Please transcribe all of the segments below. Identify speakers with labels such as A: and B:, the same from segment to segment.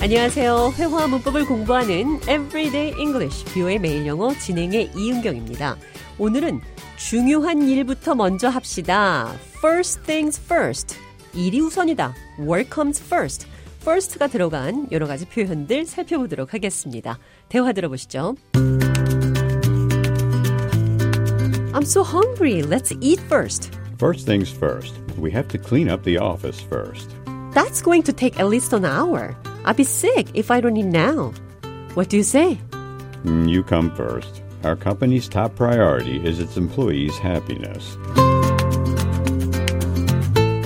A: 안녕하세요. 회화 문법을 공부하는 Everyday English 뷰의 매일 영어 진행의 이은경입니다. 오늘은 중요한 일부터 먼저 합시다. First things first. 일이 우선이다. Work comes first. first가 들어간 여러 가지 표현들 살펴보도록 하겠습니다. 대화 들어보시죠. I'm so hungry. Let's eat first.
B: First things first, we have to clean up the office first.
A: That's going to take at least an hour. I'll be sick if I don't eat now. What do you say?
B: Mm, You come first. Our company's top priority is its employees' happiness.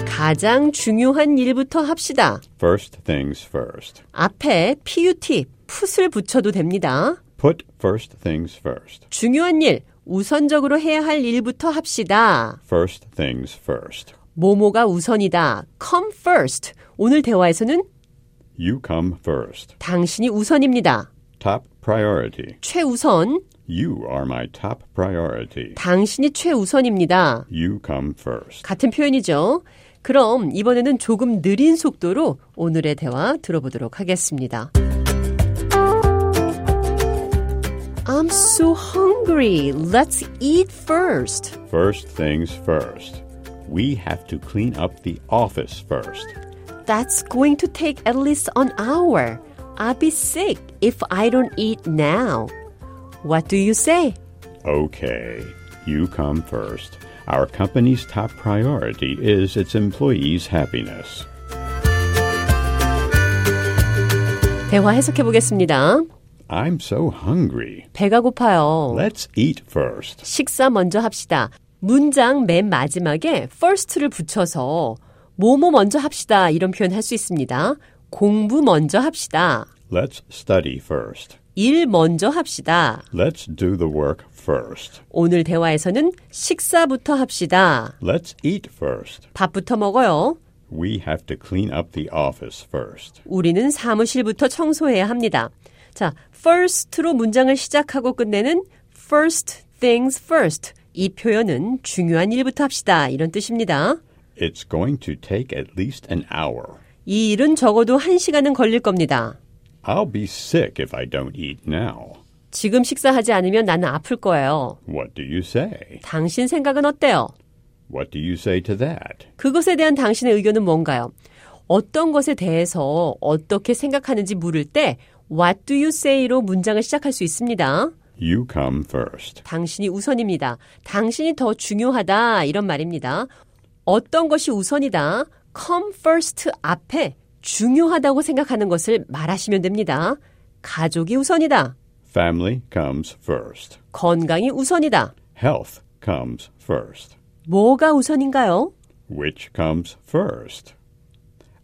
A: 가장 중요한 일부터 합시다.
B: First things first.
A: 앞에 PUT, 풋을 붙여도 됩니다.
B: Put first things first.
A: 중요한 일, 우선적으로 해야 할 일부터 합시다.
B: First things first.
A: 뭐뭐가 우선이다. come first. 오늘 대화에서는
B: You come first.
A: 당신이 우선입니다.
B: Top priority.
A: 최우선,
B: You are my top priority.
A: 당신이 최우선입니다.
B: You come first.
A: 같은 표현이죠. 그럼 이번에는 조금 느린 속도로 오늘의 대화 들어보도록 하겠습니다. I'm so hungry. Let's eat first.
B: First things first. We have to clean up the office first.
A: That's going to take at least an hour. I'll be sick if I don't eat now. What do you say?
B: Okay, you come first. Our company's top priority is its employees' happiness.
A: 대화 해석해 보겠습니다.
B: I'm so hungry.
A: 배가 고파요.
B: Let's eat first.
A: 식사 먼저 합시다. 문장 맨 마지막에 first를 붙여서 뭐뭐 먼저 합시다 이런 표현 할 수 있습니다. 공부 먼저 합시다.
B: Let's study first.
A: 일 먼저 합시다.
B: Let's do the work first.
A: 오늘 대화에서는 식사부터 합시다.
B: Let's eat first.
A: 밥부터 먹어요.
B: We have to clean up the office first.
A: 우리는 사무실부터 청소해야 합니다. 자, first로 문장을 시작하고 끝내는 first things first. 이 표현은 중요한 일부터 합시다. 이런 뜻입니다.
B: It's going to take at least an hour.
A: 이 일은 적어도 한시간은 걸릴 겁니다.
B: I'll be sick if I don't eat now.
A: 지금 식사하지 않으면 나는 아플 거예요.
B: What do you say?
A: 당신 생각은 어때요?
B: What do you say to that?
A: 그것에 대한 당신의 의견은 뭔가요? 어떤 것에 대해서 어떻게 생각하는지 물을 때 What do you say?로 문장을 시작할 수 있습니다.
B: You come first.
A: 당신이 우선입니다. 당신이 더 중요하다 이런 말입니다. 어떤 것이 우선이다. come first 앞에 중요하다고 생각하는 것을 말하시면 됩니다. 가족이 우선이다.
B: Family comes first.
A: 건강이 우선이다.
B: Health comes first.
A: 뭐가 우선인가요?
B: Which comes first?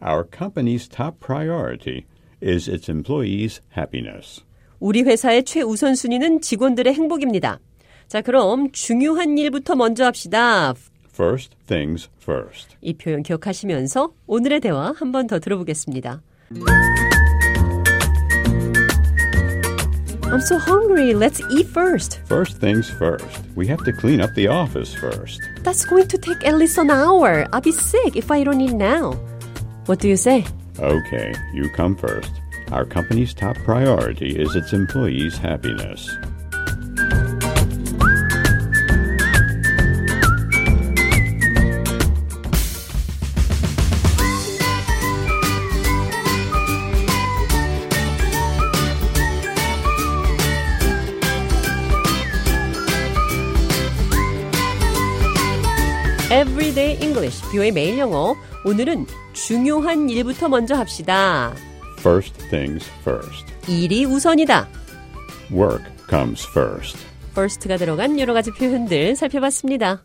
B: Our company's top priority is its employees' happiness.
A: 우리 회사의 최우선 순위는 직원들의 행복입니다. 자, 그럼 중요한 일부터 먼저 합시다.
B: First things first.
A: 이 표현 기억하시면서 오늘의 대화 한 번 더 들어보겠습니다. I'm so hungry. Let's eat first.
B: First things first. We have to clean up the office first.
A: That's going to take at least an hour. I'll be sick if I don't eat now. What do you say?
B: Okay, you come first. Our company's top priority is its employees' happiness.
A: Everyday English, 뷰의 매일 영어. 오늘은 중요한 일부터 먼저 합시다.
B: First things first.
A: 일이 우선이다.
B: Work comes first.
A: first가 들어간 여러 가지 표현들 살펴봤습니다.